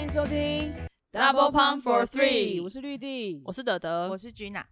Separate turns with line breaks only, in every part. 迎收听
Double Pump for Three
我是绿地，
我是德德，
我是 Gina，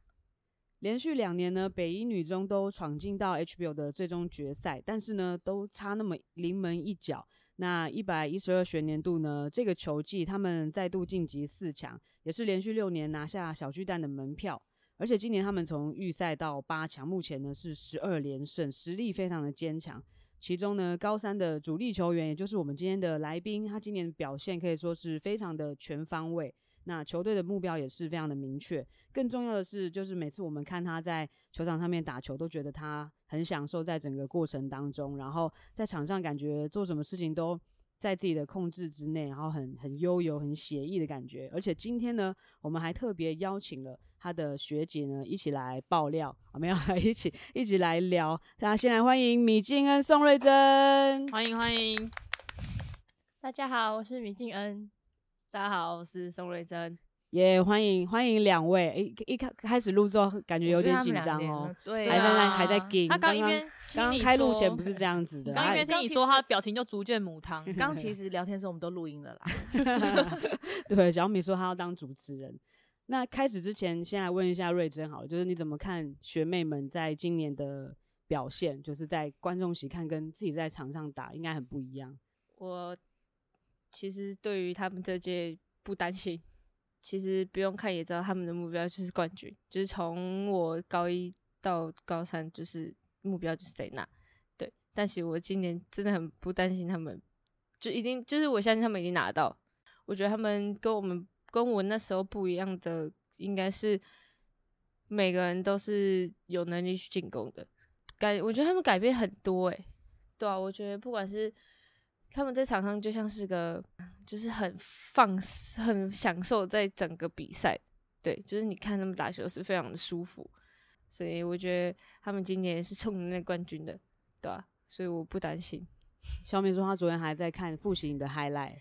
连续两年呢，北一女中都闯进到 HBO 的最终决赛，但是呢，都差那么临门一脚。那一百一十二学年度呢，这个球季他们再度晋级四强，也是连续六年拿下小巨蛋的门票。而且今年他们从预赛到八强，目前呢是十二连胜，实力非常的坚强。其中呢，高三的主力球员，也就是我们今天的来宾，他今年表现可以说是非常的全方位。那球队的目标也是非常的明确，更重要的是，就是每次我们看他在球场上面打球，都觉得他很享受在整个过程当中，然后在场上感觉做什么事情都在自己的控制之内，然后很很悠游、很写意的感觉。而且今天呢，我们还特别邀请了他的学姐呢，一起来爆料啊，没有， 一起一起来聊。大家先来欢迎米静跟宋瑞珍。
欢迎欢迎，
大家好，我是米静恩。
大家好，我是宋瑞珍。
也、欢迎欢迎两位，诶一一开开始录之后感觉有
我觉得
点
他
紧
们两
张
年
哦
了，，对
还在
啊
那还在啊给
他
刚
刚一边
刚
听你
开录
说
前不是这样子的，
刚一边听
哎刚
你
其
说，
实
他的啊表情就逐渐母 汤。
刚其实聊天的时候我们都录音了 啦，
啊对，小米说她要当主持人。那开始之前，先来问一下瑞珍好了，就是你怎么看学妹们在今年的表现？就是在观众席看跟自己在场上打应该很不一样。
我其实对于他们这届不担心，其实不用看也知道他们的目标就是冠军，就是从我高一到高三就是目标就是在那。对，但是我今年真的很不担心他们，就一定就是我相信他们已经拿到。我觉得他们跟我们跟我那时候不一样的，应该是每个人都是有能力去进攻的。改，我觉得他们改变很多诶、对啊，我觉得不管是他们在场上就像是个，就是很放肆、很享受在整个比赛，对，就是你看他们打球是非常的舒服，所以我觉得他们今年是冲着那冠军的，对啊，所以我不担心。
小米说她昨天还在看复习你的 highlight，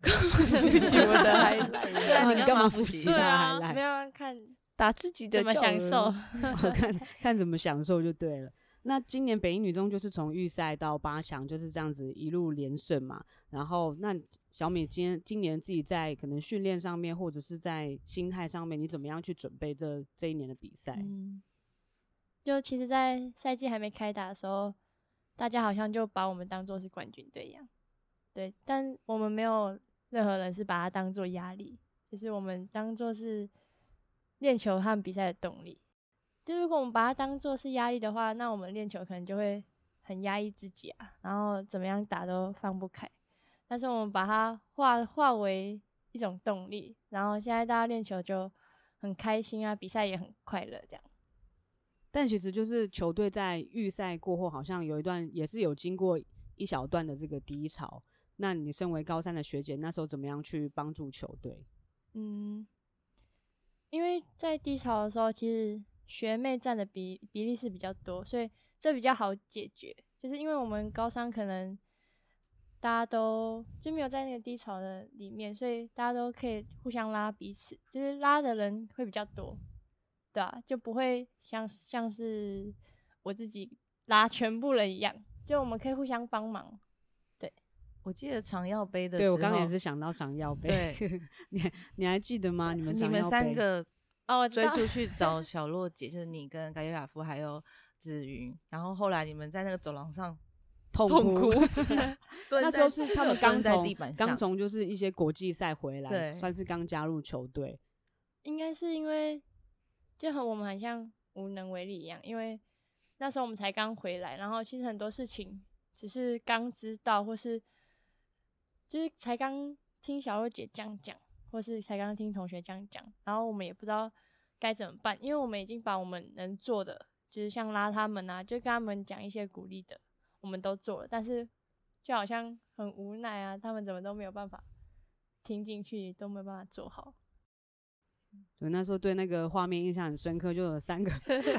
对不起，我的还
对啊
然后
你
你
干
干
嘛
嘛
复
复习
习
她
对
的
啊
highlight？
没有看打自己的
怎么
教
享
人
受
我 看看怎么享受就对了。那今年北一女中就是从预赛到八强就是这样子一路连胜嘛。然后那小米今天今年自己在可能训练上面或者是在心态上面，你怎么样去准备这这一年的比赛？
嗯，就其实，在赛季还没开打的时候，大家好像就把我们当做是冠军队一样，对，但我们没有任何人是把它当做压力，就是我们当做是练球和比赛的动力。就如果我们把它当做是压力的话，那我们练球可能就会很压抑自己啊，然后怎么样打都放不开。但是我们把它化化为一种动力，然后现在大家练球就很开心啊，比赛也很快乐这样。
但其实就是球队在预赛过后，好像有一段也是有经过一小段的这个低潮。那你身为高三的学姐，那时候怎么样去帮助球队？
嗯，因为在低潮的时候，其实学妹占的比比例是比较多，所以这比较好解决。就是因为我们高三可能大家都就没有在那个低潮的里面，所以大家都可以互相拉彼此，就是拉的人会比较多，对啊，就不会像像是我自己拉全部人一样，就我们可以互相帮忙。
我记得常耀杯的时
对
候，
我刚刚也是想到常耀杯，
对
你还记得吗？你们
你
常
们
耀
三
杯
个
哦，我知
追
道
出去找小洛姐，就是你跟盖尤亚夫还有紫云，然后后来你们在那个走廊上
痛
痛哭，
那
那
时候是 他们刚
在
从
地板上，
刚从就是一些国际赛回来，
对
算是刚加入球队。
应该是因为就和我们很像无能为力一样，因为那时候我们才刚回来，然后其实很多事情只是刚知道，或是就是才刚听小肉姐这样讲，或是才刚听同学这样讲，然后我们也不知道该怎么办，因为我们已经把我们能做的，就是像拉他们啊，就跟他们讲一些鼓励的，我们都做了，但是就好像很无奈啊，他们怎么都没有办法听进去，都没有办法做好。
对，那时候对那个画面印象很深刻，就有 三个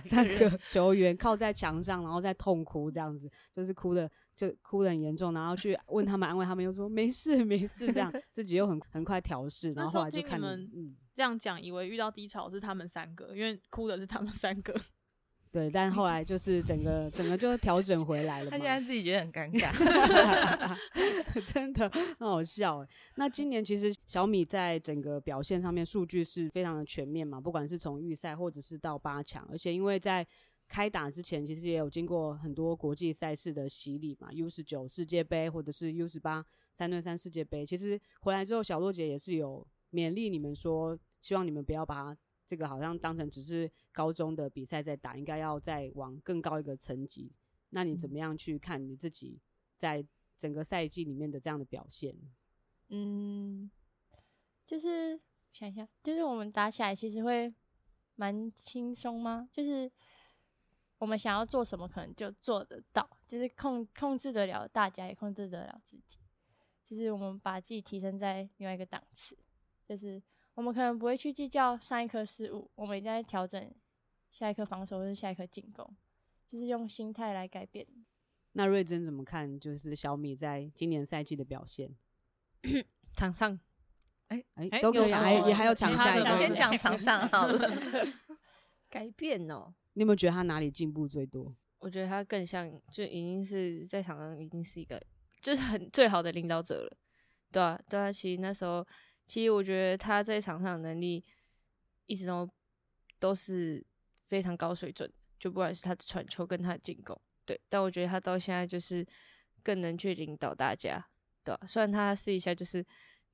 三个球员靠在墙上，然后在痛哭，这样子，就是哭的就哭的很严重，然后去问他们安慰他们，又说没事没事，这样自己又很很快调试，然后
那时候
后来就
听你
看
们
嗯，
这样讲，以为遇到低潮是他们三个，因为哭的是他们三个。
对，但后来就是整个整个就调整回来了
他
嘛
现。在自己觉得很尴尬。
真的很好笑哎。那今年其实小米在整个表现上面数据是非常的全面嘛，不管是从预赛或者是到八强，而且因为在开打之前，其实也有经过很多国际赛事的洗礼嘛，U 十九世界杯或者是 U 十八三对三世界杯。其实回来之后，小洛姐也是有勉励你们说，希望你们不要把它这个好像当成只是高中的比赛在打，应该要再往更高一个层级。那你怎么样去看你自己在整个赛季里面的这样的表现？
嗯，就是想一下，就是我们打起来其实会蛮轻松吗？就是我们想要做什么，可能就做得到，就是控控制得了大家，也控制得了自己。就是我们把自己提升在另外一个档次，就是我们可能不会去计较上一颗失误，我们一定在调整下一颗防守或是下一颗进攻，就是用心态来改变。
那瑞珍怎么看？就是小米在今年赛季的表现，
场上
哎、
哎
都可以，
有
还
什么
也还有
其
场
他
下
的
的
吗
部
先
分，
讲场上好了，
改变哦，
你有没有觉得他哪里进步最多？
我觉得他更像，就已经是在场上已经是一个，就是很最好的领导者了，对啊，对啊。其实那时候，其实我觉得他在场上的能力一直都都是非常高水准的，就不管是他的传球跟他的进攻，对。但我觉得他到现在就是更能去领导大家，对啊。虽然他试一下就是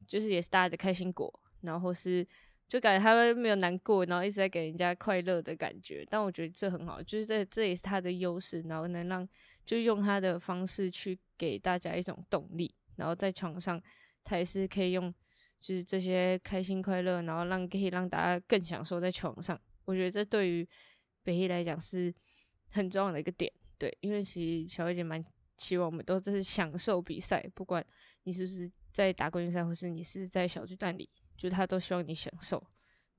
就是也是大家的开心果，然后是就感觉他们没有难过，然后一直在给人家快乐的感觉。但我觉得这很好，就是这这也是他的优势，然后能让就用他的方式去给大家一种动力，然后在床上他也是可以用就是这些开心快乐，然后让可以让大家更享受在床上。我觉得这对于北一来讲是很重要的一个点，对，因为其实小慧姐蛮希望我们都是享受比赛，不管你是不是在打冠军赛，或是你是在小巨蛋里，就他都希望你享受，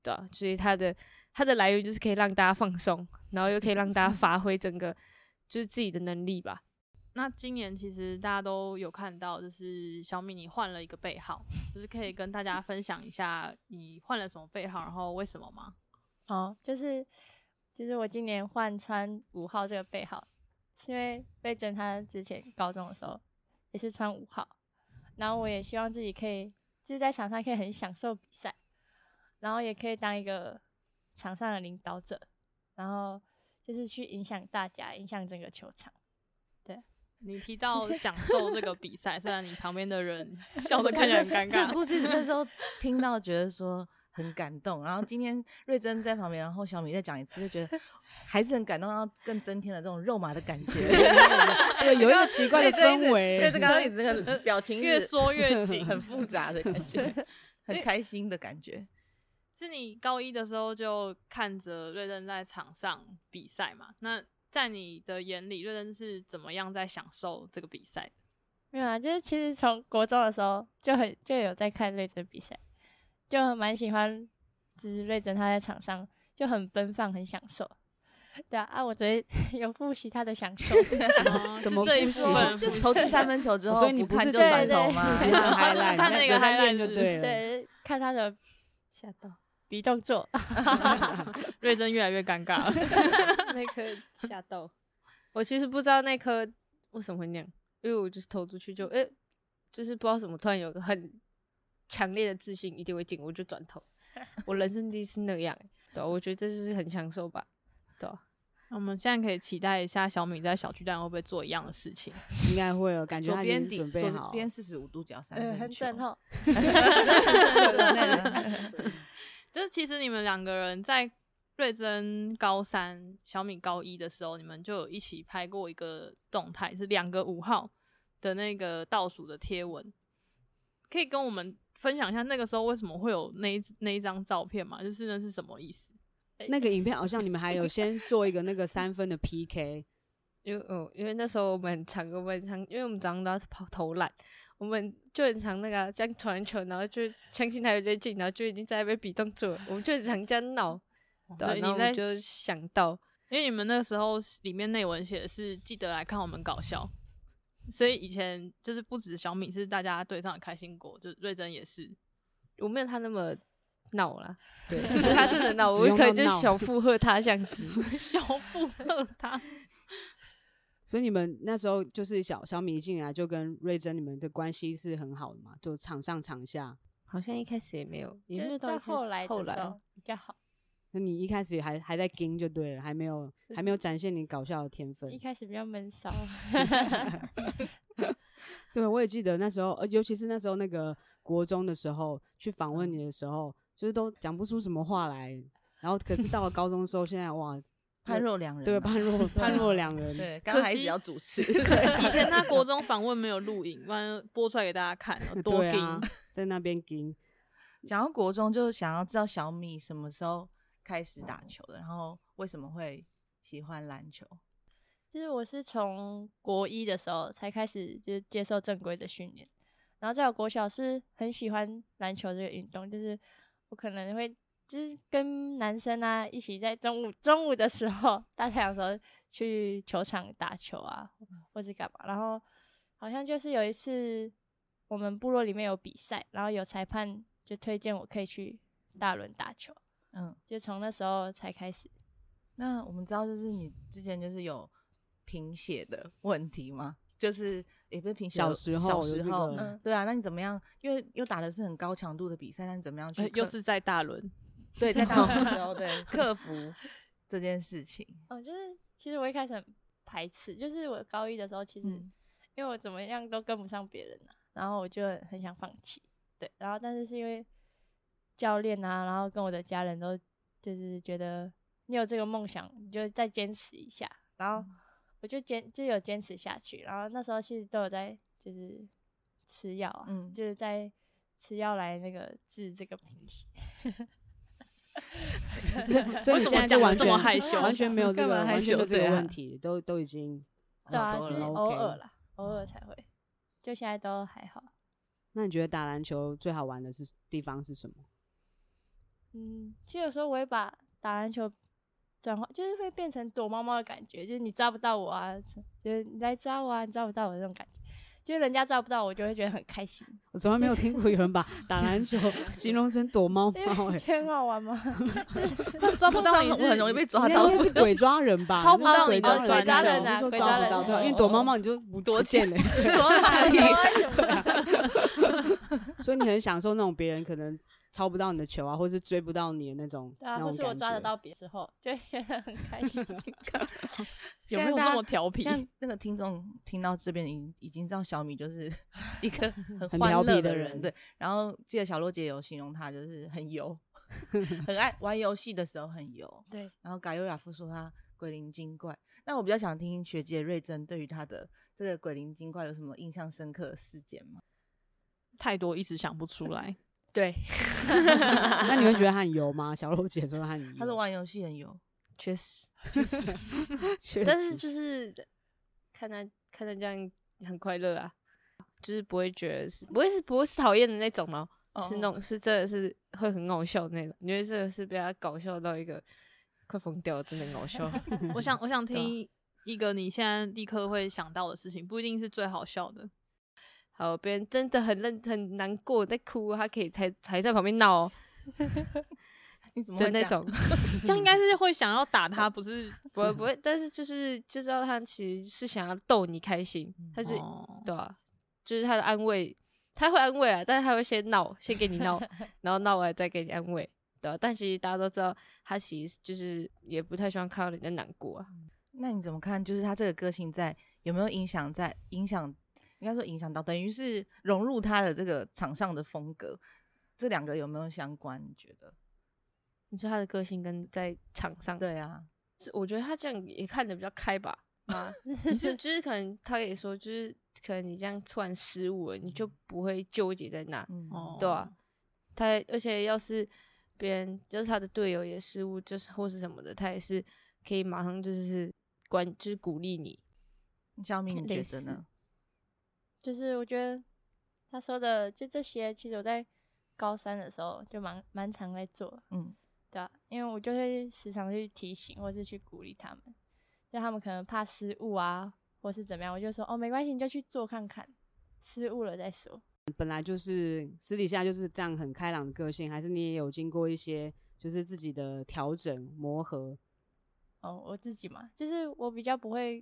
对啊，所以他的他的来源就是可以让大家放松，然后又可以让大 家发挥整个就是自己的能力吧。
那今年其实大家都有看到，就是小米你换了一个背号，就是可以跟大家分享一下你换了什么背号，然后为什么吗？
哦，就是就是我今年换穿五号这个背号，是因为贝珍他之前高中的时候也是穿五号，然后我也希望自己可以就是在场上可以很享受比赛，然后也可以当一个场上的领导者，然后就是去影响大家，影响整个球场。
你提到享受这个比 赛，虽然你旁边的人笑得看起来很尴
这个
尬，
故事那时候听到觉得说很感动，然后今天瑞珍在旁边，然后小米再讲一次，就觉得还是很感动，然后更增添了这种肉麻的感觉。
对，有一个奇怪的氛
瑞
围。
珍刚刚你这个表情
越
是。
说越紧
很复杂的感觉，很开心的感觉。
是你高一的时候就看着瑞珍在场上比赛嘛？那在你的眼里，瑞珍是怎么样在享受这个比赛的？
没有啊，就是其实从国中的时候就很就有在看瑞珍比赛，就很蛮喜欢，就是瑞珍她在场上就很奔放，很享受。对啊，啊，我昨天 有复习她的享受，
怎么
哦是这一
复习
部分复习
投进三分球之后，
所以你
不看
是
就
对
转
对
头吗？
不是看 highlight，
看那个
有在练
highlight
就对了。
对，看她的吓到比动作，
瑞珍越来越尴尬了。
那颗吓到 我，其实不知道那颗为什么会那样，因为我就是投出去就诶、就是不知道怎么突然有个很强烈的自信一定会进，我就 转头。我人生第一次那样、欸，对啊、我觉得这就是很享受吧，对啊、
我们现在可以期待一下小米在小巨蛋会不会做一样的事情。
应该会有感觉
左
他已
边
经
底，
准备
左
好。
边四十五度角三
呃，很
分球
准，哦。
就是其实你们两个人在瑞珍高三、小米高一的时候，你们就有一起拍过一个动态，是两个五号的那个倒数的贴文，可以跟我们分享一下那个时候为什么会有那一那一张照片吗？就是那是什么意思？
那个影片好像你们还有先做一个那个三分的 PK，
因为嗯，因为那时候我们很常，我们很常，因为我们早上都要跑投篮，我们就很常那个啊、这样传球，然后就相信他有点进，然后就已经在那边比动作了，我们就很常这样闹，对啊、
对
然后
你
我
在
们就想到
因为你们那个时候里面内文写的是记得来看我们搞笑，所以以前就是不止小米是大家队上的开心果，就是瑞珍也是。
我没有他那么闹啦，
对，
就是他真的闹，我
使用
可
到
能就是
闹
小附和他这样子。
小腹饿他。
所以你们那时候就是小小米一进来就跟瑞珍你们的关系是很好的嘛，就场上场下。
好像一开始也没有，也
就
没有
是
到
到
一开始
后来
后
的时
来
候 比较好。
那你一开始还还在跟就对了，还没有还没有展现你搞笑的天分
一。开始比较闷骚，
对，我也记得那时候，呃，尤其是那时候那个国中的时候去访
嗯
问你的时候，就是都讲不出什么话来。然后可是到了高中的时候，现在 哇，
判若两人啊，
对，判若判若两人。
对，刚刚还一直
惜
要主持，
以前他国中访问没有录影，不然播出来给大家看，有多
对
硬。
啊，在那边 跟
讲到国中，就想要知道小米什么时候开始打球的，然后为什么会喜欢篮球？
就是我是从国一的时候才开始就是接受正规的训练，然后在我国小是很喜欢篮球这个运动，就是我可能会就是跟男生啊一起在中午中午的时候大太阳的时候去球场打球啊，或是干嘛，然后好像就是有一次我们部落里面有比赛，然后有裁判就推荐我可以去大轮打球，
嗯，
就从那时候才开始。
那我们知道，就是你之前就是有贫血的 问题吗？就是也不是贫血，
小时候
小
有
时
这
候，
个
嗯
对啊，那你怎么样？因为又打的是很高强度的比赛，那你怎么样去
哎
呃
克？
又是在大轮，
对，在打球的时候， 对，克服这件事情。
哦，就是其实我一开始很排斥，就是我高一的时候，其实、
嗯
因为我怎么样都跟不上别人、啊、然后我就很想放弃，对，然后但是是因为教练啊，然后跟我的家人都就是觉得你有这个梦想，你就再坚持一下，然后
嗯
我就坚就有坚持下去，然后那时候其实都有在就是吃药啊，
嗯
就是在吃药来那个治这个贫血。
嗯
所以你
为什么
现在就
讲得
完
这
全
么害 羞
完全没有这
干
个
嘛害
完全没有
羞
这个
对啊
问题，都都已经。
对啊，
好
就
多
是
了
偶
OK
尔啦，偶
嗯
尔才会，就现在都还好。
那你觉得打篮球最好玩的是地方是什么？
嗯，其实有时候我会把打篮球转换，就是会变成躲猫猫的感觉，就是你抓不到我啊，就是你来抓我啊，你抓不到我这种感觉，就是人家抓不到我，就会觉得很开 心，
我从来没有听过有人把打篮 球形容成躲猫
因为
猫、欸，
觉得很好玩嘛。
抓不到
通
你
常
是
我很容易被抓
那
到，
应该是鬼抓人吧？
超不
那是
到
鬼
你
抓
的鬼抓
人
人啊
我是说
鬼
抓
抓
不
人
到，对
哦
啊，因为躲猫猫你就不多见了，
躲哪里？
所以你很享受那种别人可能抄不到你的球啊，或是追不到你的那种，
对啊，
那
或
种
是我
感
抓得
觉
到 别之后，就会觉得很开 心。
有没有
现在大
那
家
么调皮？
像那个听众听到这边，已已经知道小米就是一个很
很
欢
调
乐
皮的
的
人
对。然后记得小洛姐有形容他就是很油，很爱玩游戏的时候很油。
对，
然后嘎优雅夫说他鬼灵精怪。那我比较想听听学姐瑞珍对于他的这个鬼灵精怪有什么印象深刻的事件吗？
太多，一时想不出来。
对，
那你会觉得他很油吗？小肉姐说他很油，
他说玩游戏很油，
确实，
确
但是
实
就是看他看他这样很快乐啊，就是不会觉得是不会是不会是讨厌的那种哦，是那
哦
种是真的是会很搞笑的那种，因为这个是被他搞笑到一个快疯掉，真的很 搞笑。
嗯
我想，我
啊
想听一个你现在立刻会想到的事情，不一定是最好笑 的。
好，别人真的很认很难过，在哭，他可以才还在旁边闹哦
你怎么
的
会
那
这样？
种，
这样应该是会想要打他，不 是？
不会不会，但是就是就知道他其实是想要逗你开心，
嗯
他就、
哦
对啊，就是他的安慰，他会安慰啊，但是他会先闹，先给你闹，然后闹完再给你安慰，对啊。但其实大家都知道，他其实就是也不太喜欢看到人家难过啊。
那你怎么看？就是他这个个性在有没有影响在影响？应该说影响到，等于是融入他的这个场上的风格，这两个有没有相关？你觉得？
你说他的个性跟在场上，
对啊，
是我觉得他这样也看得比较开吧，啊，就就是可能他也说，就是可能你这样突然失误了，你就不会纠结在那，
嗯，
哦，
对啊，他而且要是别人就是他的队友也失误，就是或是什么的，他也是可以马上就是关就是鼓励你，
小米你
类
觉得
似
呢？
就是我觉得他说的就这些，其实我在高三的时候就蛮蛮常在做，
嗯，
对啊，因为我就会时常去提醒或是去鼓励他们，就他们可能怕失误啊，或是怎么样，我就说哦没关系，你就去做看看，失误了再说。
本来就是私底下就是这样很开朗的个性，还是你也有经过一些就是自己的调整磨合？
哦，我自己嘛，就是我比较不会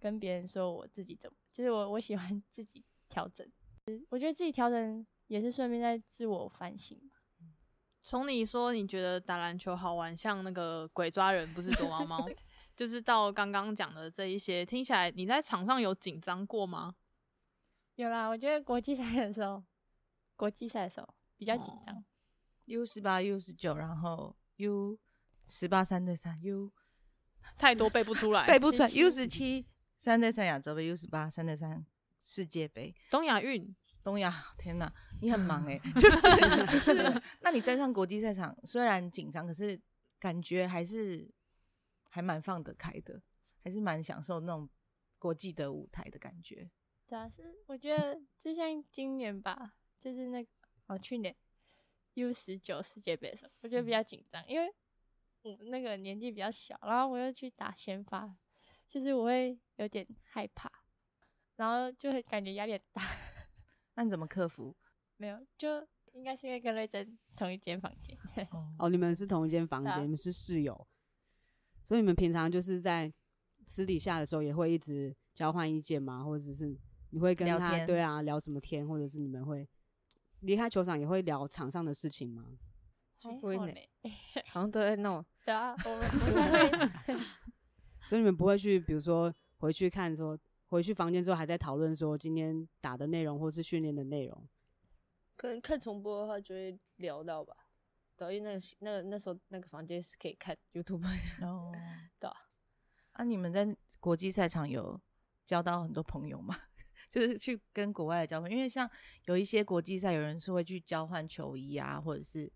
跟别人说我自己怎么，就是我我喜欢自己调整，就是我觉得自己调整也是顺便在自我反省吧。
从你说你觉得打篮球好玩，像那个鬼抓人不是躲猫 猫，就是到刚刚讲的这一些，听起来你在场上有紧张过吗？
有啦，我觉得国际赛的时候，国际赛的时候比较紧张，
U 十八、U 十九，然后 U 十八三对三，U
太多背不出来。
背不出来，U 十七三对三亚洲杯，U 十八三对三世界杯。
东亚运
东亚，天哪，你很忙哎、就是，就是， 那你站上国际赛场，虽然紧张，可是感觉还是还蛮放得开的，还是蛮享受那种国际的舞台的感觉。
对啊，是我觉得就像今年吧，就是那个哦，去年 U 十九世界杯的时候，我觉得比较紧张，因为我那个年纪比较小，然后我又去打先发，就是我会有点害怕，然后就会感觉压力很大。
那你怎么克服？
没有，就应该是因为跟瑞珍同一间房间，
哦，你们是同一间房
对啊
间，你们是室友，所以你们平常就是在私底下的时候也会一直交换意见吗？或者是你会跟
聊
他
天
对啊聊什么天，或者是你们会离开球场也会聊场上的事情吗？
还
不会
好
呢
嘞。
好像都在弄
对啊，我们我们会
所以你们不会去，比如说回去看说，回去房间之后还在讨论说今天打的内容或是训练的内容。
可能看重播的话就会聊到吧，对啊，因为那个那个那时候那个房间是可以看 YouTube 的，
哦，
对啊
啊，你们在国际赛场有交到很多朋友吗？ 就是去跟国外的交换，因为像有一些国际赛，有人是会去交换球衣啊，或者是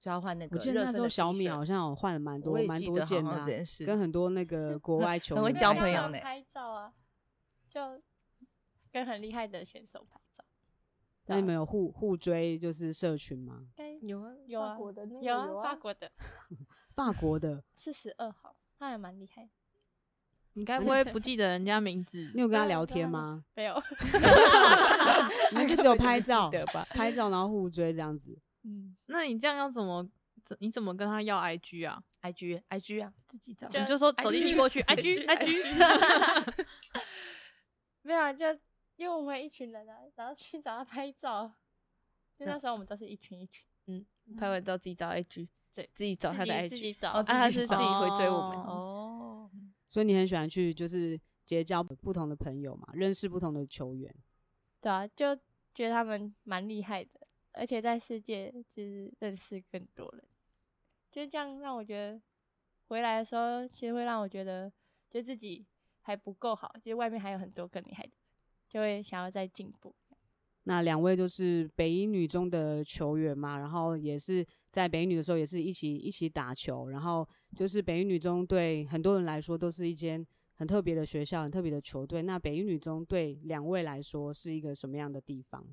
交换那个
我
热
记
身
得
的 T 恤。
那时候小米好像有换了蛮多
我也
蛮
记
多
得
件的啊、
好像这件事
跟很多那 个国外球
很会
员
交
打
朋
架
友呢
拍照啊，就跟很厉害的选手拍照。啊
那你们有互互追就是社群吗？
应该
有啊
有啊
法国的那个
有
有啊
啊，法国的
法国的，
是十二号，他还蛮厉害的。
你该不会不记得人家名字
你？有跟他
对啊
聊
对
天
啊
吗？
没有，
你们就只有拍照，拍照然后互追这样子。
嗯，
那你这样要怎么？怎你怎么跟他要 IG 啊？
IG IG 啊，
自己找
就
你就说手机递过去
IG
，IG IG。
没有啊，就因为我们一群人啊，然后去找他拍照。就那时候我们都是一群一群，
拍完照自己找 IG，
对，
自己找他的
自己自
IG，
己找
哦
啊，
自己
他是
找
自己会追我们，
哦，
所以你很喜欢去就是结交不同的朋友嘛，认识不同的球员。
对啊，就觉得他们蛮厉害的，而且在世界就是认识更多人，就这样让我觉得回来的时候，其实会让我觉得就自己还不够好，其实外面还有很多更厉害的人，就会想要再进步。
那两位就是北一女中的球员嘛，然后也是在北一女的时候也是一起一起打球，然后就是北一女中对很多人来说都是一间很特别的学校，很特别的球队。那北一女中对两位来说是一个什么样的地方？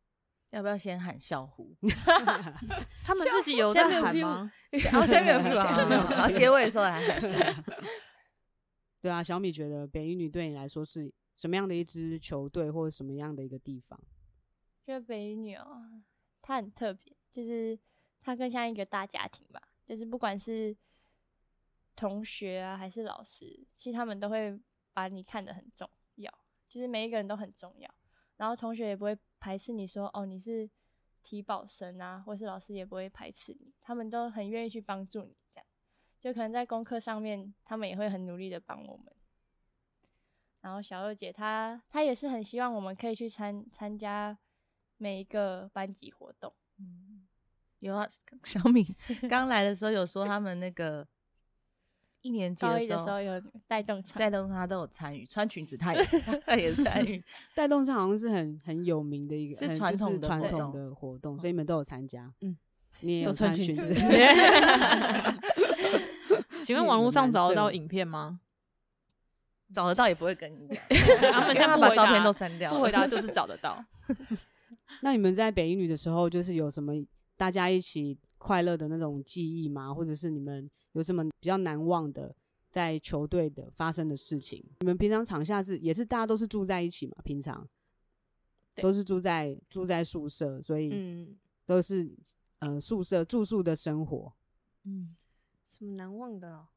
要不要先喊校呼？
他们自己有在喊吗？
然后下面有 view 啊，
下 面有 view
然后结尾的时候来 喊校呼。
对啊，小米觉得北一女对你来说是什么样的一支球队，或者什么样的一个地方？
觉得北一女哦，她很特别，就是她更像一个大家庭吧，就是不管是同学啊还是老师，其实他们都会把你看得很重要，就是每一个人都很重要。然后同学也不会排斥你说哦你是体保生啊，或是老师也不会排斥你，他们都很愿意去帮助你这样。就可能在功课上面，他们也会很努力的帮我们。然后小乐姐她她也是很希望我们可以去参参加每一个班级活动，
有啊，小米 刚来的时候有说他们那个一年级
高
的
一
时
的时
候
候，有带动场，
带动他都有参与，穿裙子他也他也参与，
带动上好像是很很有名的一个，
是
很
传
就
统的
传
活
统
动
的活动，所以你们都有参加。
嗯，
你也有
都穿
裙
裙
子
子。
请问网络上找得到影片吗？
找得到也不会跟你讲，
他们
因为
现在
他
不
把
回
照
答
片都删掉
不回
了。
答就是找得到。
那你们在北一女的时候，就是有什么大家一起快乐的那种记忆吗？或者是你们有什么比较难忘的在球队的发生的事情？你们平常场下是也是大家都是住在一起嘛？平常
对
都是住在住在宿舍，所以
嗯，
都是、呃宿舍住宿的生活。
什么难忘的、哦？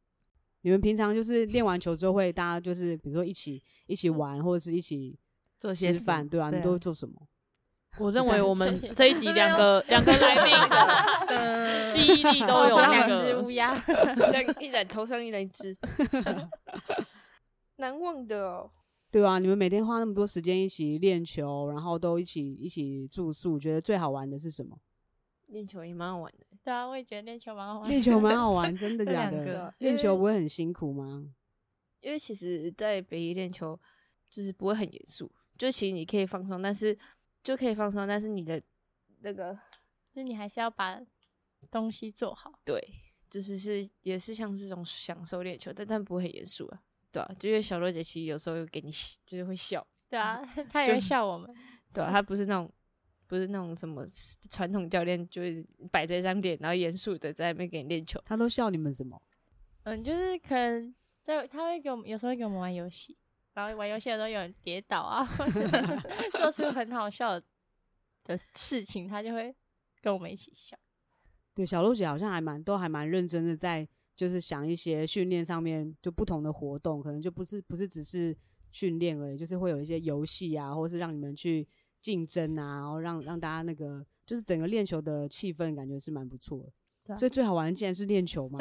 你们平常就是练完球之后会大家就是比如说一起一起玩，或者是一起
做些
吃
什
饭，
么
对啊，你
啊
都会做什么？
我认为我们这一集两个两个来宾
呃
记忆力都有
哦
我
那
两
只
个
乌鸦，
这样一人头上一人一只， 难忘的哦。
对啊，你们每天花那么多时间一起练球，然后都一起一起住宿，觉得最好玩的是什么？
练球也蛮好玩的，
对啊，我也觉得练球蛮好玩的。
练球蛮好玩，真的
这
假
两个对
的
啊？
练球不会很辛苦吗？
因为其实，在北一练球就是不会很严肃，就其实你可以放松，但是就可以放松，但是你的那个
就是你还是要把东西做好。
对，就是是也是像这种享受练球，但但不会很严肃啊，对啊，就因为小洛姐其实有时候会给你就是会笑，
对啊，
嗯
他也会笑我们。
对啊，她不是那种不是那种什么传统教练，就是摆着一张脸，然后严肃的在那边给你练球，
他都笑你们什么？
嗯，就是可能在他会给我们，有时候会给我们玩游戏，然后玩游戏的时候有人跌倒啊，或者是做出很好笑的事情，他就会跟我们一起笑。
对，小鹿姐好像还蛮都还蛮认真的，在就是想一些训练上面就不同的活动，可能就不是不是只是训练而已，就是会有一些游戏啊，或是让你们去竞争啊，然后让让大家那个就是整个练球的气氛感觉是蛮不错的。
对啊
所以最好玩的竟然是练球嘛，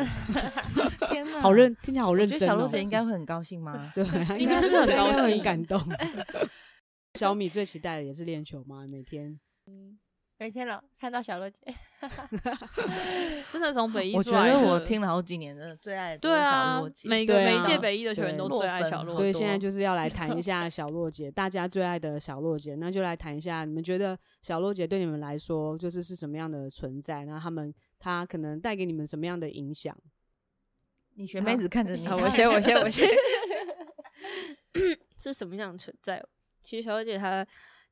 天哪，
好认，听起来好
我
认
觉
真、
得
哦。
小鹿姐应该会很高 兴吗？
对， 她
应该是很
她
高
应该很
兴
感动。 小米最期待的也是练球嘛，每天。
有一天老看到小洛姐，
真的从北一
我
出
觉
来的。
得我听了好几年，真的最爱的都
对
是小
啊
洛，姐
每个
对
每
啊
一届北一的球员
对
都
落
最爱
分
小洛
所以现在
多
就是要来谈一下小洛姐，大家最爱的小洛姐。那就来谈一下，你们觉得小洛姐对你们来说就是是什么样的存在？那他们她可能带给你们什么样的影响？
你学妹子看着你，
好，我先，我先， 我先。 是什么样的存在？其实小姐她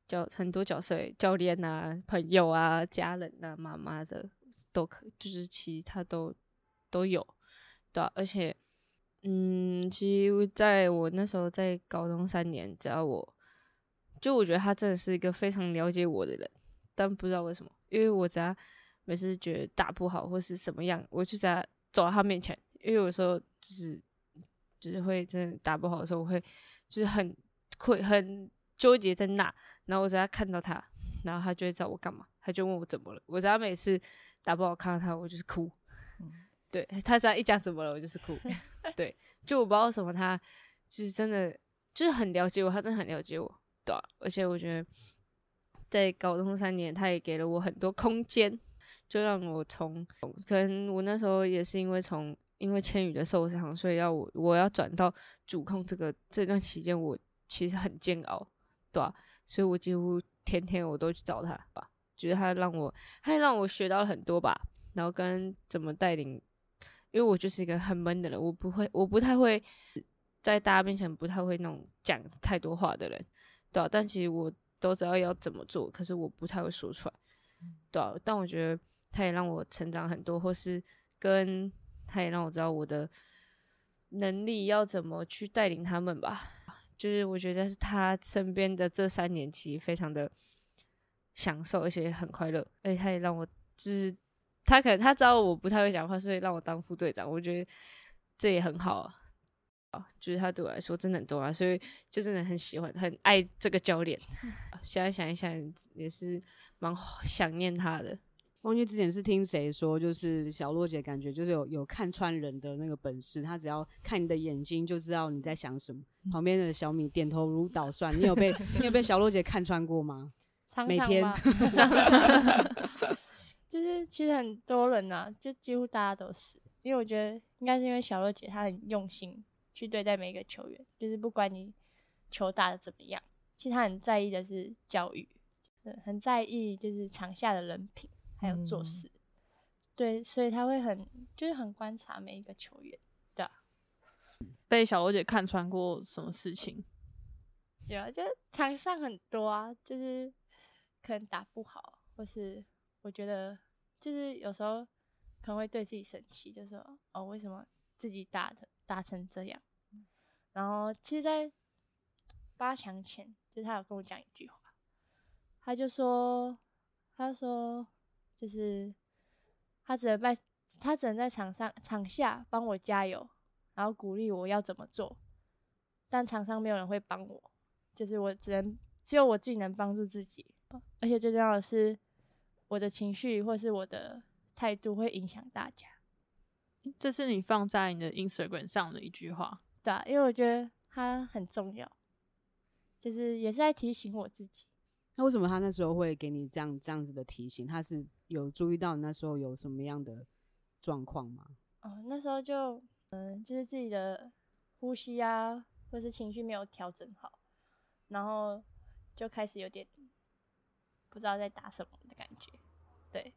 角很多角色，教练啊、朋友啊、家人啊、妈妈的都可，就是其他都都有，对啊、而且，嗯，其实在我那时候在高中三年，只要我就我觉得她真的是一个非常了解我的人，但不知道为什么，因为我只要每次觉得打不好或是什么样，我就在走到他面前，因为有时候就是就是会真的打不好的时候，我会就是很困很纠结在那，然后我只要看到他，然后他就会找我干嘛，他就问我怎么了，我只要每次打不好看到他，我就是哭，
嗯
对他只要一讲怎么了，我就是哭，对，就我不知道为什么他就是真的就是很了解我，他真的很了解我，对啊、而且我觉得。在高中三年，他也给了我很多空间，就让我从可能我那时候也是因为从因为千羽的受伤，所以要我我要转到主控这个这段期间，我其实很煎熬，对啊，所以我几乎天天我都去找他吧，觉得他让我他也让我学到了很多吧，然后跟怎么带领，因为我就是一个很闷的人，我不会我不太会在大家面前不太会那种讲太多话的人，对啊，但其实我都知道要怎么做，可是我不太会说出来，对啊，但我觉得他也让我成长很多，或是跟他也让我知道我的能力要怎么去带领他们吧。就是我觉得是他身边的这三年其实非常的享受，而且很快乐，而且他也让我就是他可能他知道我不太会讲话，所以让我当副队长，我觉得这也很好啊。啊就是他对我来说真的很重要，所以就真的很喜欢、很爱这个教练。现在想一想，也是蛮想念他的。
忘记之前是听谁说，就是小洛姐感觉就是有有看穿人的那个本事，她只要看你的眼睛就知道你在想什么。旁边的小米点头如捣蒜，你有被你有被小洛姐看穿过吗？
常
每
常
天
吧， 就是其实很多人呐、就几乎大家都是，因为我觉得应该是因为小洛姐她很用心去对待每一个球员，就是不管你球打的怎么样，其实她很在意的是教育，呃很在意就是场下的人品还有做
嗯
事，对，所以她会很就是很观察每一个球员。
被小罗姐看穿过什么事情？
有啊，就是场上很多啊，就是可能打不好，或是我觉得就是有时候可能会对自己生气，就说哦，为什么自己打的打成这样？然后其实，在八强前，就是他有跟我讲一句话，他就说，他说就是他只能在他只能在场上场下帮我加油，然后鼓励我要怎么做，但场上没有人会帮我，就是我只能只有我自己能帮助自己，而且最重要的是我的情绪或是我的态度会影响大家。
这是你放在你的 Instagram 上的一句话，
对啊，因为我觉得它很重要，就是也是在提醒我自己。
那为什么他那时候会给你这样这样子的提醒？他是有注意到你那时候有什么样的状况吗？
哦，那时候就嗯，就是自己的呼吸啊，或是情绪没有调整好，然后就开始有点不知道在打什么的感觉。对，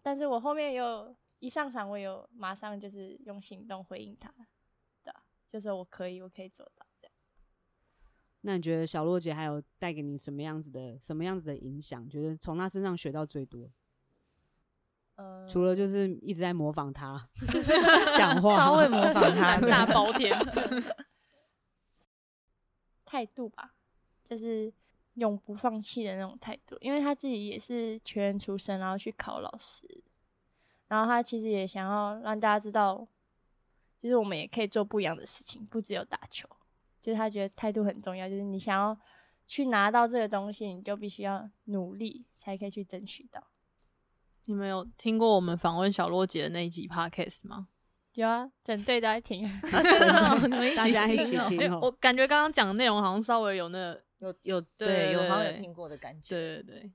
但是我后面有一上场，我有马上就是用行动回应他，对啊、就说我可以，我可以做到这样。
那你觉得小洛姐还有带给你什么样子的什么样子的影响？觉得从她身上学到最多，
嗯，
除了就是一直在模仿 她讲话，
超会模仿他
南
的，
哦 大 包天，
态度吧，就是永不放弃的那种态度。因为他自己也是球员出身，然后去考老师，然后他其实也想要让大家知道，就是我们也可以做不一样的事情，不只有打球。就是他觉得态度很重要，就是你想要去拿到这个东西，你就必须要努力才可以去争取到。
你们有听过我们访问小洛姐的那一集 podcast 吗？
有啊，整队都在听。
真的哦，你们
大家一
一
起
听哦
听
诶
哦
哎我感觉刚刚讲的内容好像稍微有那
有有
对
对有
对
好像
对
有听过的感觉，
对对对。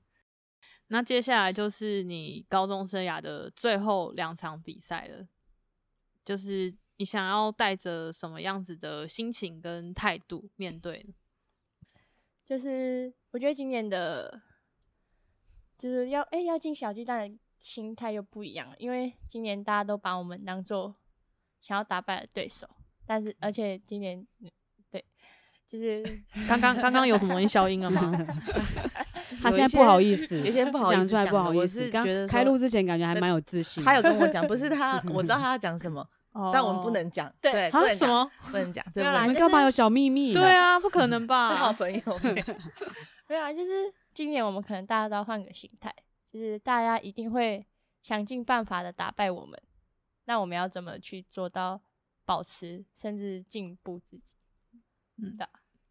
那接下来就是你高中生涯的最后两场比赛了，就是你想要带着什么样子的心情跟态度面对呢？
就是我觉得今年的，就是要哎、要进小巨蛋的心态又不一样了，因为今年大家都把我们当做想要打败的对手，但是而且今年嗯对，就是
刚刚刚刚有什么 消音了吗？
她
有
现在
一
不好
些
意思，
有些不好意
讲
思
出来不
讲的
好
我
意思。
是
刚
觉得
开
说
录之前感觉还
那
蛮有自信的，
他有跟我讲，不是他，我知道他要讲什么，但我们不能讲，
对
对，不
啊
能
什
讲，
么？
不能讲，对，
没有
不
你
能
啦
们
啊就
干嘛
是
有小秘密？
对，啊， 不可能
讲好
吧？
朋友，
没有啊，就是今年我们可能大家都要换个心态，就是大家一定会想尽办法的打败我们，那我们要怎么去做到保持甚至进步自己？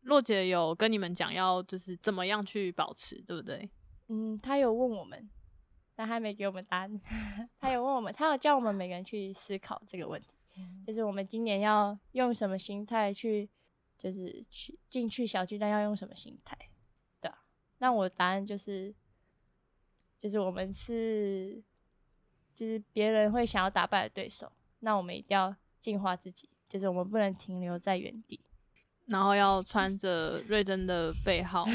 洛姐有跟你们讲要就是怎么样去保持，对不对？
嗯，他有问我们，但他没给我们答案。 他有问我们，他有叫我们每个人去思考这个问题，就是我们今年要用什么心态去，就是去进去小巨蛋要用什么心态，对啊。那我的答案就是，就是我们是，就是别人会想要打败的对手，那我们一定要进化自己，就是我们不能停留在原地。
然后要穿着瑞珍的背 号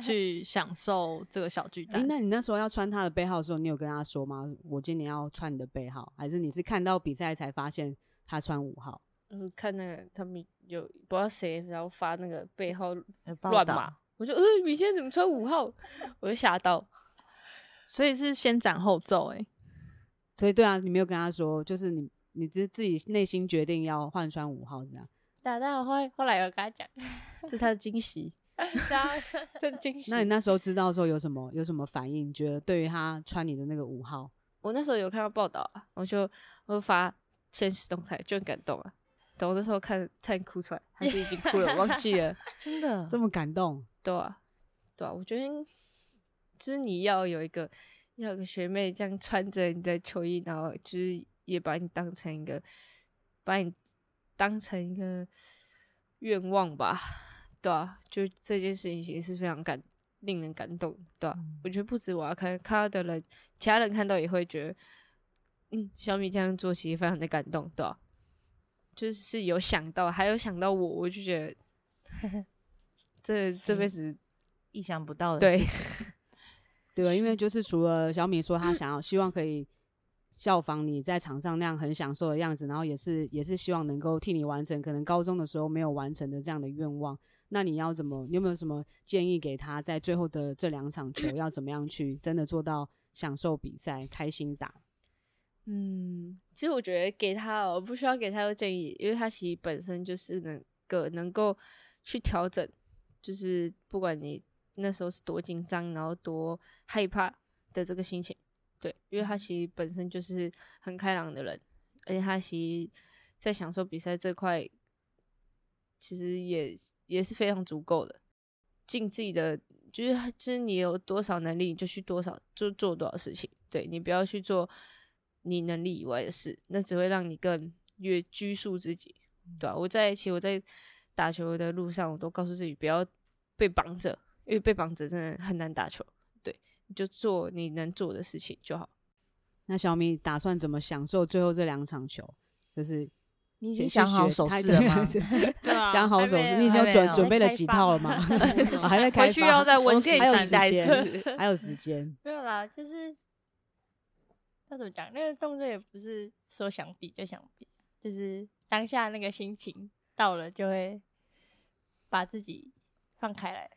去享受这个小巨
哎、
蛋。
那你那时候要穿他的背号的时候，你有跟他说吗？我今年要穿你的背号，还是你是看到比赛才发现他穿五号？
嗯，看那个他们有不知道谁，然后发那个背号
呃报
乱
道
码，我就呃，你现在怎么穿五号？ 我就吓到。
所以是先斩后奏、欸，
所以对啊，你没有跟他说，就是你你只自己内心决定要换穿五号这样。
打啊但我后后来有跟他讲， 啊
这是他的惊喜，
然后这惊喜
那你那时候知道说有什么有什么反应？你觉得对于他穿你的那个五号，
我那时候有看到报道啊，我就我就发现实动态，就很感动啊。等我那时候看，差点哭出来，还是已经哭了，我忘记了。
真的，
这么感动？
对啊，对啊，我觉得就是你要有一个要有个学妹这样穿着你的球衣，然后就是也把你当成一个，把你当成一个愿望吧，对啊，就这件事情也是非常感令人感动，对啊，我觉得不止我、啊、看看到的人，其他人看到也会觉得，嗯，小米这样做其实非常的感动，对啊。就是有想到，还有想到我，我就觉得 这这辈子
意想不到的，
对，
对啊吧？因为就是除了小米说
嗯
他想要希望可以效仿你在场上那样很享受的样子，然后也是也是希望能够替你完成可能高中的时候没有完成的这样的愿望。那你要怎么？你有没有什么建议给他，在最后的这两场球要怎么样去真的做到享受比赛、开心打？
嗯，其实我觉得给他哦，不需要给太多建议，因为他其实本身就是能个能够去调整，就是不管你那时候是多紧张，然后多害怕的这个心情。对，因为他其实本身就是很开朗的人，而且他其实在享受比赛这块，其实也也是非常足够的。尽自己的，就是就是你有多少能力，你就去多少就做多少事情。对你不要去做你能力以外的事，那只会让你更越拘束自己，对吧、啊我在其实我在打球的路上，我都告诉自己不要被绑着，因为被绑着真的很难打球。对，你就做你能做的事情就好。
那小米打算怎么享受最后这两场球？就是
你
你
已经想好手势了吗？
对啊，
想好
还
手
没
势，
啊
你已经
还
有
没
准
有
准备了
还在
几
开
套了
发
吗？哦还在开
回
发，
去要再温
我可
习
以
一
还有
下
期
时
待是
间，
不是
还有时间。
没有啦，就是要怎么讲？那个动作也不是说想比就想比，就是当下那个心情到了，就会把自己放开来。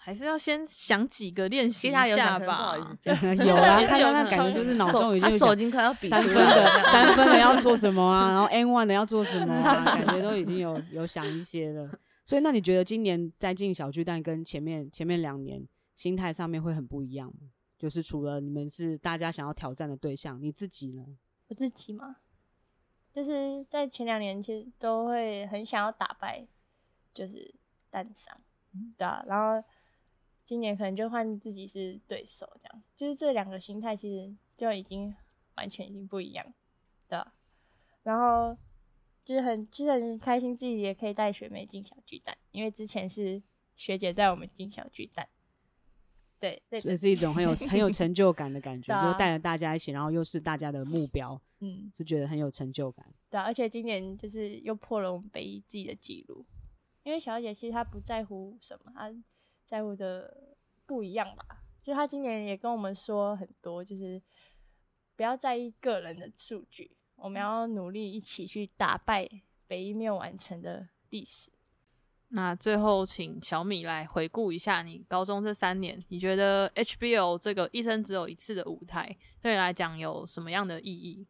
还是要先想几个练习
其
一
他有
下吧。
想成不好意思讲，
有啊，
也是
看
有
到那
那
感觉
种
就是脑
手
中已
他
经有
手已
想
经快要比
三分
出来
的
了
三分的要做什么啊，然后 N one 的要做什么啊，感觉都已经有有想一些了。所以那你觉得今年在进小巨蛋跟前面前面两年心态上面会很不一样吗？就是除了你们是大家想要挑战的对象，你自己呢？
我自己嘛，就是在前两年其实都会很想要打败，就是蛋商，
嗯
对啊，然后今年可能就换自己是对手，这样就是这两个心态其实就已经完全已经不一样，对啊，然后就是很其实很开心自己也可以带学妹进小巨蛋，因为之前是学姐带我们进小巨蛋，对，对
所以是一种很有很有成就感的感 觉，
对啊
就带着大家一起，然后又是大家的目标，
嗯。
是觉得很有成就感。
对啊、而且今年就是又破了我们北一自己的记录，因为小姐其实她不在乎什么，她在乎的不一样吧。就她今年也跟我们说很多，就是不要在意个人的数据，我们要努力一起去打败北一没有完成的历史。
那最后请小米来回顾一下你高中这三年，你觉得 HBO 这个一生只有一次的舞台对你来讲有什么样的意义？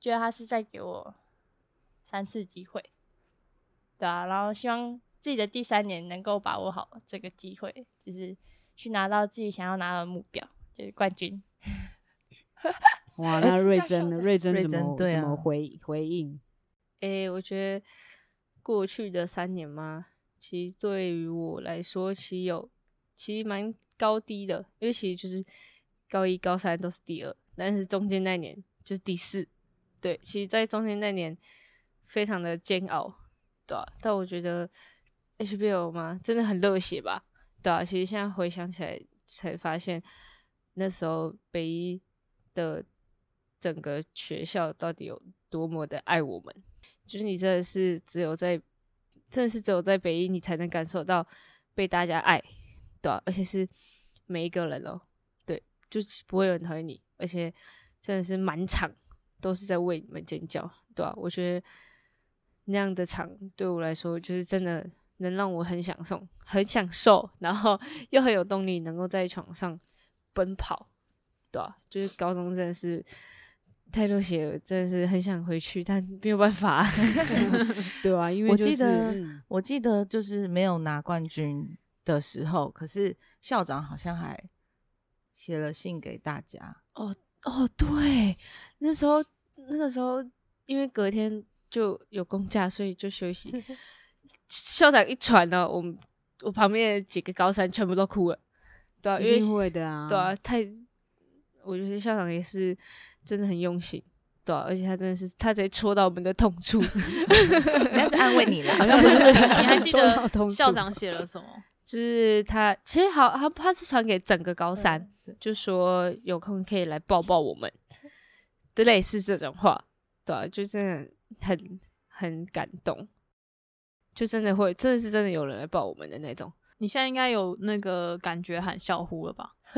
觉得他是在给我三次机会，对啊，然后希望自己的第三年能够把握好这个机会，就是去拿到自己想要拿到的目标，就是冠军。
哇，那
是
瑞
这样
珍呢？
想的
瑞珍
瑞
怎
珍
么
对
怎
啊
么回回应？
诶、我觉得过去的三年嘛，其实对于我来说，其实有其实蛮高低的，因为其实就是高一、高三都是第二，但是中间那年就是第四。对，其实，在中间那年非常的煎熬，对啊但我觉得 HBO 嘛，真的很热血吧，对啊。其实现在回想起来，才发现那时候北一的整个学校到底有多么的爱我们。就是你真的是只有在，真的是只有在北一，你才能感受到被大家爱，对啊、而且是每一个人哦，对，就是不会有人讨厌你，而且真的是满场都是在为你们尖叫，对啊、我觉得那样的场对我来说，就是真的能让我很享受，很享受，然后 又很有动力，能够在场上奔跑，对啊，就是高中真的是太热血了，真的是很想回去，但没有办法。
对啊，因为
我
就
记
是
得
嗯
我记得就是没有拿冠军的时候，可是校长好像还写了信给大 家，
哦，对，那时候那个时候，因为隔天就有公假，所以就休 息。校长一传呢，我们我旁边的几个高三全部都哭了，对啊，因
一
为
定会的啊，
对啊，太，我觉得校长也是真的很用心，对啊，而且他真的是他直接戳到我们的痛处，
那是安慰你了，好像
不是
你还 记
抽到同处
得校
啊
长写了什么？
就是他其实好，他他是传给整个高三，就说有空可以来抱抱我们，就类似这种话，对啊，就真的很很感动，就真的会，真的是真的有人来抱我们的那种。
你现在应该有那个感觉喊校呼了吧？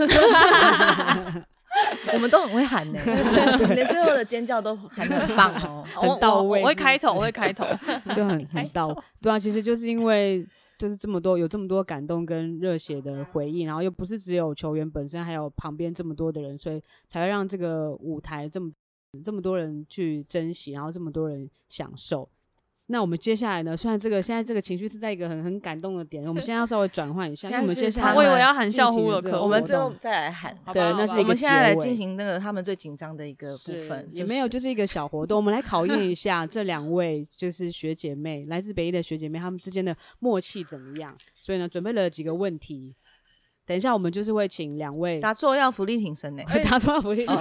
我们都很会 喊呢、我们连最后的尖叫都喊得很棒 哦。
很
我
到
我
位
我会
是不
开头，
是
我会开 头。
就很很到，对啊，其实就是因为就是这么多有这么多感动跟热血的回应，然后又不是只有球员本身，还有旁边这么多的人，所以才会让这个舞台这么这么多人去珍惜，然后这么多人享受。那我们接下来呢？虽然这个现在这个情绪是在一个很很感动的点，我们现在要稍微转换一下，因为我们接
现在是
下
他
来
们我以为
要喊笑呼了
进行这个
可
我们
活
最后
动
再来喊。
好吧
对，
好吧
那是一个
我们现在来
结尾
进行那个他们最紧张的一个部
是
分，
也没有，就是一个小活动，我们来考验一下这两位就是学姐妹，来自北一的学姐妹，她们之间的默契怎么样？所以呢，准备了几个问题，等一下我们就是会请两位
答错要福利挺深呢。
答错福利，
开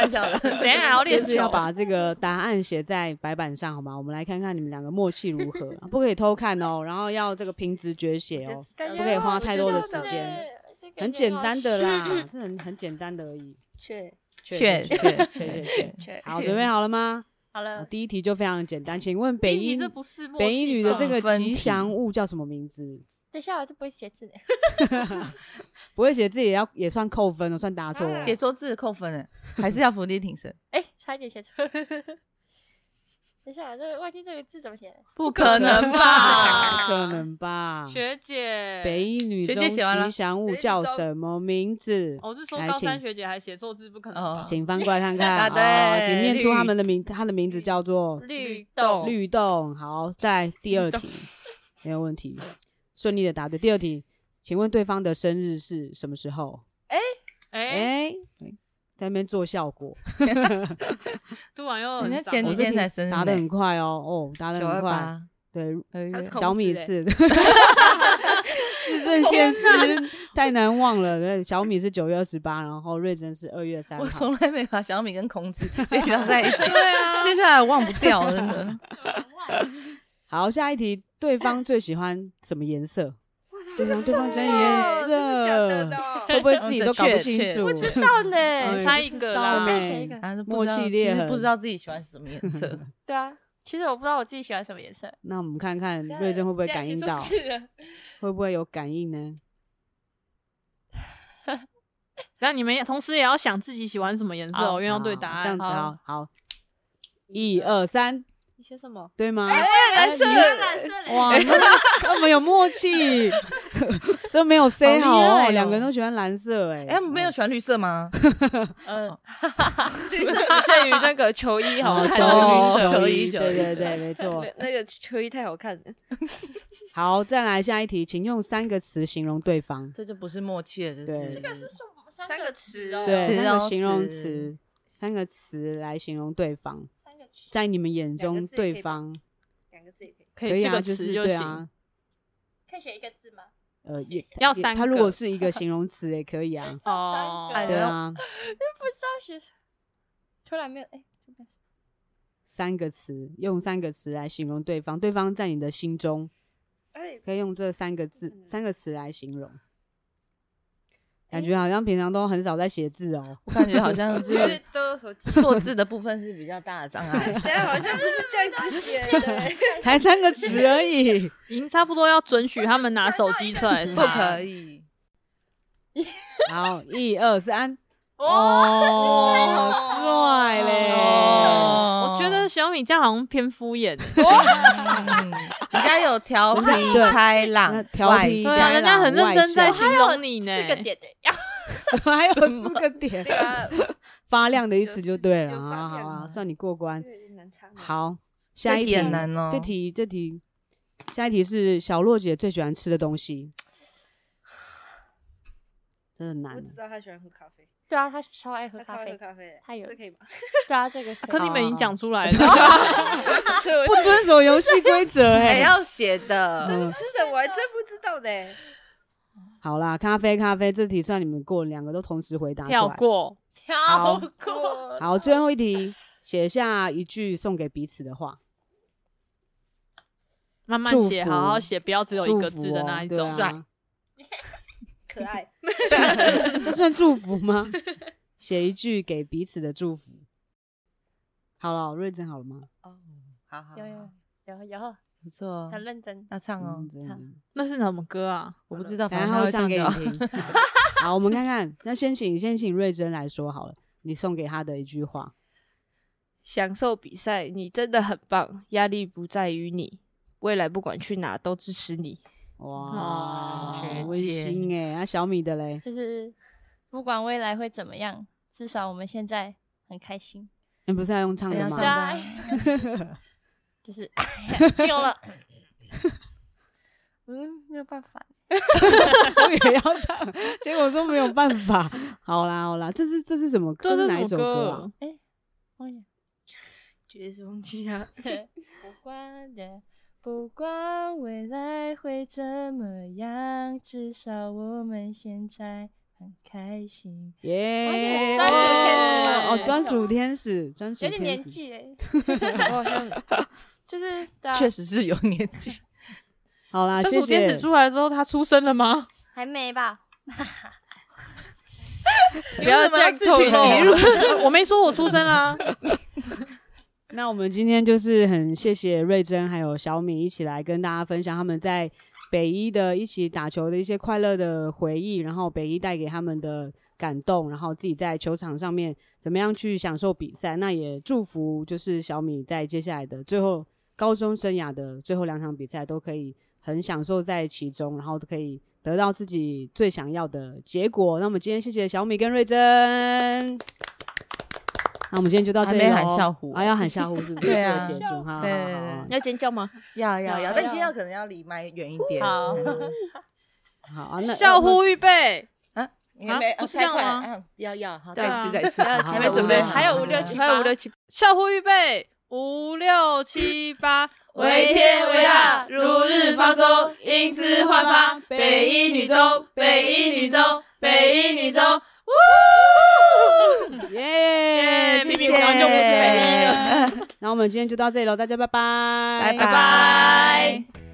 玩笑的，
等一下还要练
就是要
球，
把这个答案写在白板上，好吗？我们来看看你们两个默契如何，不可以偷看哦，然后要这个凭直觉写哦，
感
不
觉
可以
好
花太多的
笑
时间，
这感
很
觉
简
好
单
笑
的啦，这很很简单的而已。
确
确
确确
确确
确确。
确
好，准备好了吗？
好
好
呃
了，
哦第一题就非常简 单，请问北
你
一
这不是默契
北一女的这
上
个
分
吉
题
祥物叫什么名字？
等一下我就不会写字了。
不会写字也要也算扣分了，算答错哦。
写错字扣分呢，还是要福利挺深？
哎，差一点写 错。等一下，这个忘记这个字怎么写了。
不可 能吧？
可能 吧？
学姐，
北一女
学
中
姐写哦完了
吉祥物
北一女
叫
中
什么名字？
哦我是说
来
高
请
三学姐还写错字，不可能吧
哦？
请翻过来看看。
啊
哦
对
请念出
绿
他们的名，他的名字叫做
绿
豆
绿豆。好，再来第二题，没有问题，顺利的答对。第二题，请问对方的生日是什么时候？
哎，
哎、在那边做效果，
突然又
人
很
家
早
前
我
几
是
天
听
才生日
答的
呢
很快哦，哦，答的
九
很
二
快，
八，
对，
二月
是恐
小
怖
米
之类
是， 自胜现实太难忘了。对，小米是九月二十八，然后瑞珍是二月三
我
号
从。来没把小米跟孔子联想在一起，
对啊，
接下来忘不掉，真的。
啊好，下一题，对方最喜欢什么颜色？对方对方最喜欢颜色，会不会自己都搞
嗯
不清楚？
我
知
到呢哎
嗯，
猜一个啦
不知道
再
呢
选一个。
然后不
默
知道
契
其
裂
实
痕
不知道自己喜欢什么颜色，
对啊，其实我不知道我自己喜欢什么颜色。
那我们看看瑞珍会不
啊
啊
会感应到， 会不会有感应呢？
然后你们也同时也要想自己喜欢什么颜色哦，因为要对答
这样
案
子。哦好好，一二三，
你写什么？
对
哎
吗？
啊
蓝色，蓝色嘞，
哇，那我们有默契， 这没有 say 好
好厉害
哦，
哦
两个人都喜欢蓝色哎、
哎，他们没有喜欢绿色吗？哦
嗯，
绿色只限于那个球衣哦好看的
哦
绿
球
色，
球
球
衣
衣，
球
对
衣
对
球
对，没错。
那那个球衣太好看了。
好，再来下一题，请用三个词形容对方。
这就不是默契了，
对
这是。
什么
三个词哦
对，
形
三个
容
形容
词
词，三个词来形容对方，
三个词，
在你们眼
两个
中
字也可以
对
吧
方
两个字也可以。
可
可
以
四
啊，
个
就
词
是
就
对
行。
啊，
可以写一个字吗？
呃，也
要
也
三
它如果
个
是一个形容词也可以 啊，
哦
三
哎
个
对
呦
啊，
不知道写什么，突然没有，哎，这个是
三个词，用三个词来形容对方，对方在你的心中，
哎，
可以用这三个字、三个词来形容。感觉好像平常都很少在写字哦，
我感觉好像
因为
是
都有手机，
错字的部分是比较大的障碍。
但好像不是这样子写的。
才三个词而已。
已经差不多要准许他们拿手机出来
不
查
可。以，
好，一二三，
哦
哦，帅嘞！
哦
我觉
嗯
得小米这样好像偏敷衍欸。
嗯人家有调皮
人家对
开
那
朗
调
外
皮
对
开
啊，
朗
向，
人家很认真在形容你呢。
四个点的，欸
怎么还有四个点？
这个
发亮的意思就对了
有四
啊，
有发
好
亮
啊，算你过关
这。个有点难唱。
好，下
这
一
题
题
很难哦。
这题这题，下一题是小洛姐最喜欢吃的东西，真的难
我。只知道他喜欢喝咖啡，
对啊，他超爱喝
他超
咖
爱喝
啡，
咖啡的，
他有
这可以吧？
对啊，这个
啊可
以
你们已经讲出来了，
所以我
不遵守游戏规 则
还
哎。
要写的，
嗯
吃的我还真不知道欸呢。
好啦，咖啡咖啡，这题算你们过了，两个都同时回答出
跳
来。
过。
好
跳过，
好，最后一题，写下一句送给彼此的话。
慢慢写，
祝福
好好写，不要只有一个
祝福
字的那一种。
哦对
帅
啊、
可爱，
这算祝福吗？写一句给彼此的祝福。好了，瑞珍好了吗？
好好
有有有有，
不错，哦
很认真。
要唱哦
嗯，这样
那是什么歌啊？
我不知道，
等
反
下他会
正他会
唱
唱
给
给
你
我。
听。好，我们看看，那先请先请瑞珍来说好了，你送给他的一句话。
享受比赛，你真的很棒，压力不在于你，未来不管去哪都支 持你。
哇，
学
温
姐
馨哎、那、小米的嘞，
就是不管未来会怎么样，至少我们现在很开心。
哎
啊
你、不是要用唱的
要
吗
唱？的
对啊
棒，
就是 进攻了。 嗯，没有办法，
我也 要唱，结果说没有办法。好啦好啦，这是这是什么？
对
这是
这是
哪一
什
首
么
歌啊
歌？
忘了。
绝对是忘记
啊
他。
不管的，不管未来会怎么样，至少我们现在很开心。哦
耶！
专属天使
哦
嘛
哦，专属天使，专属
有点年
天使。
纪哎，
我好像
就是对啊
确实是有年纪。
好啦，
专
谢
属天
谢
使。出来之后，他出生了吗？
还没吧？
不要这样
自取
透
其
露
辱。
我没说我出生啊 啦、
那我们今天就是很谢谢瑞珍还有小米一起来跟大家分享他们在北一的一起打球的一些快乐的回忆，然后北一带给他们的感动，然后自己在球场上面怎么样去享受比赛。那也祝福就是小米在接下来的最后高中生涯的最后两场比赛都可以很享受在其中，然后可以得到自己最想要的结果。那我们今天谢谢小米跟瑞珍。那我们今天就到这里
还没
咯
喊笑虎
啊，要喊笑虎是不是？
对啊
这个结束，好好好好
对对对
好
要尖叫吗？
要要要，
要
但今天要可能要离麦远一点。
好
嗯
好啊，那
校呼预备，
啊，你
啊
没
不
啊
是这样
太快了
吗
嗯要要，好，
对
再
啊
吃再吃，
要
好
记
没
得
准
五
备
六
好
七，
还有五六七
还有五六七，
校呼预备，五六七八，
为天为大，如日方舟，英姿焕发。北一女中，北一女中，北一女中。
耶，
批
谢
评
谢。
观众不是唯一的
那我们今天就到这里喽，大家拜拜，
拜拜。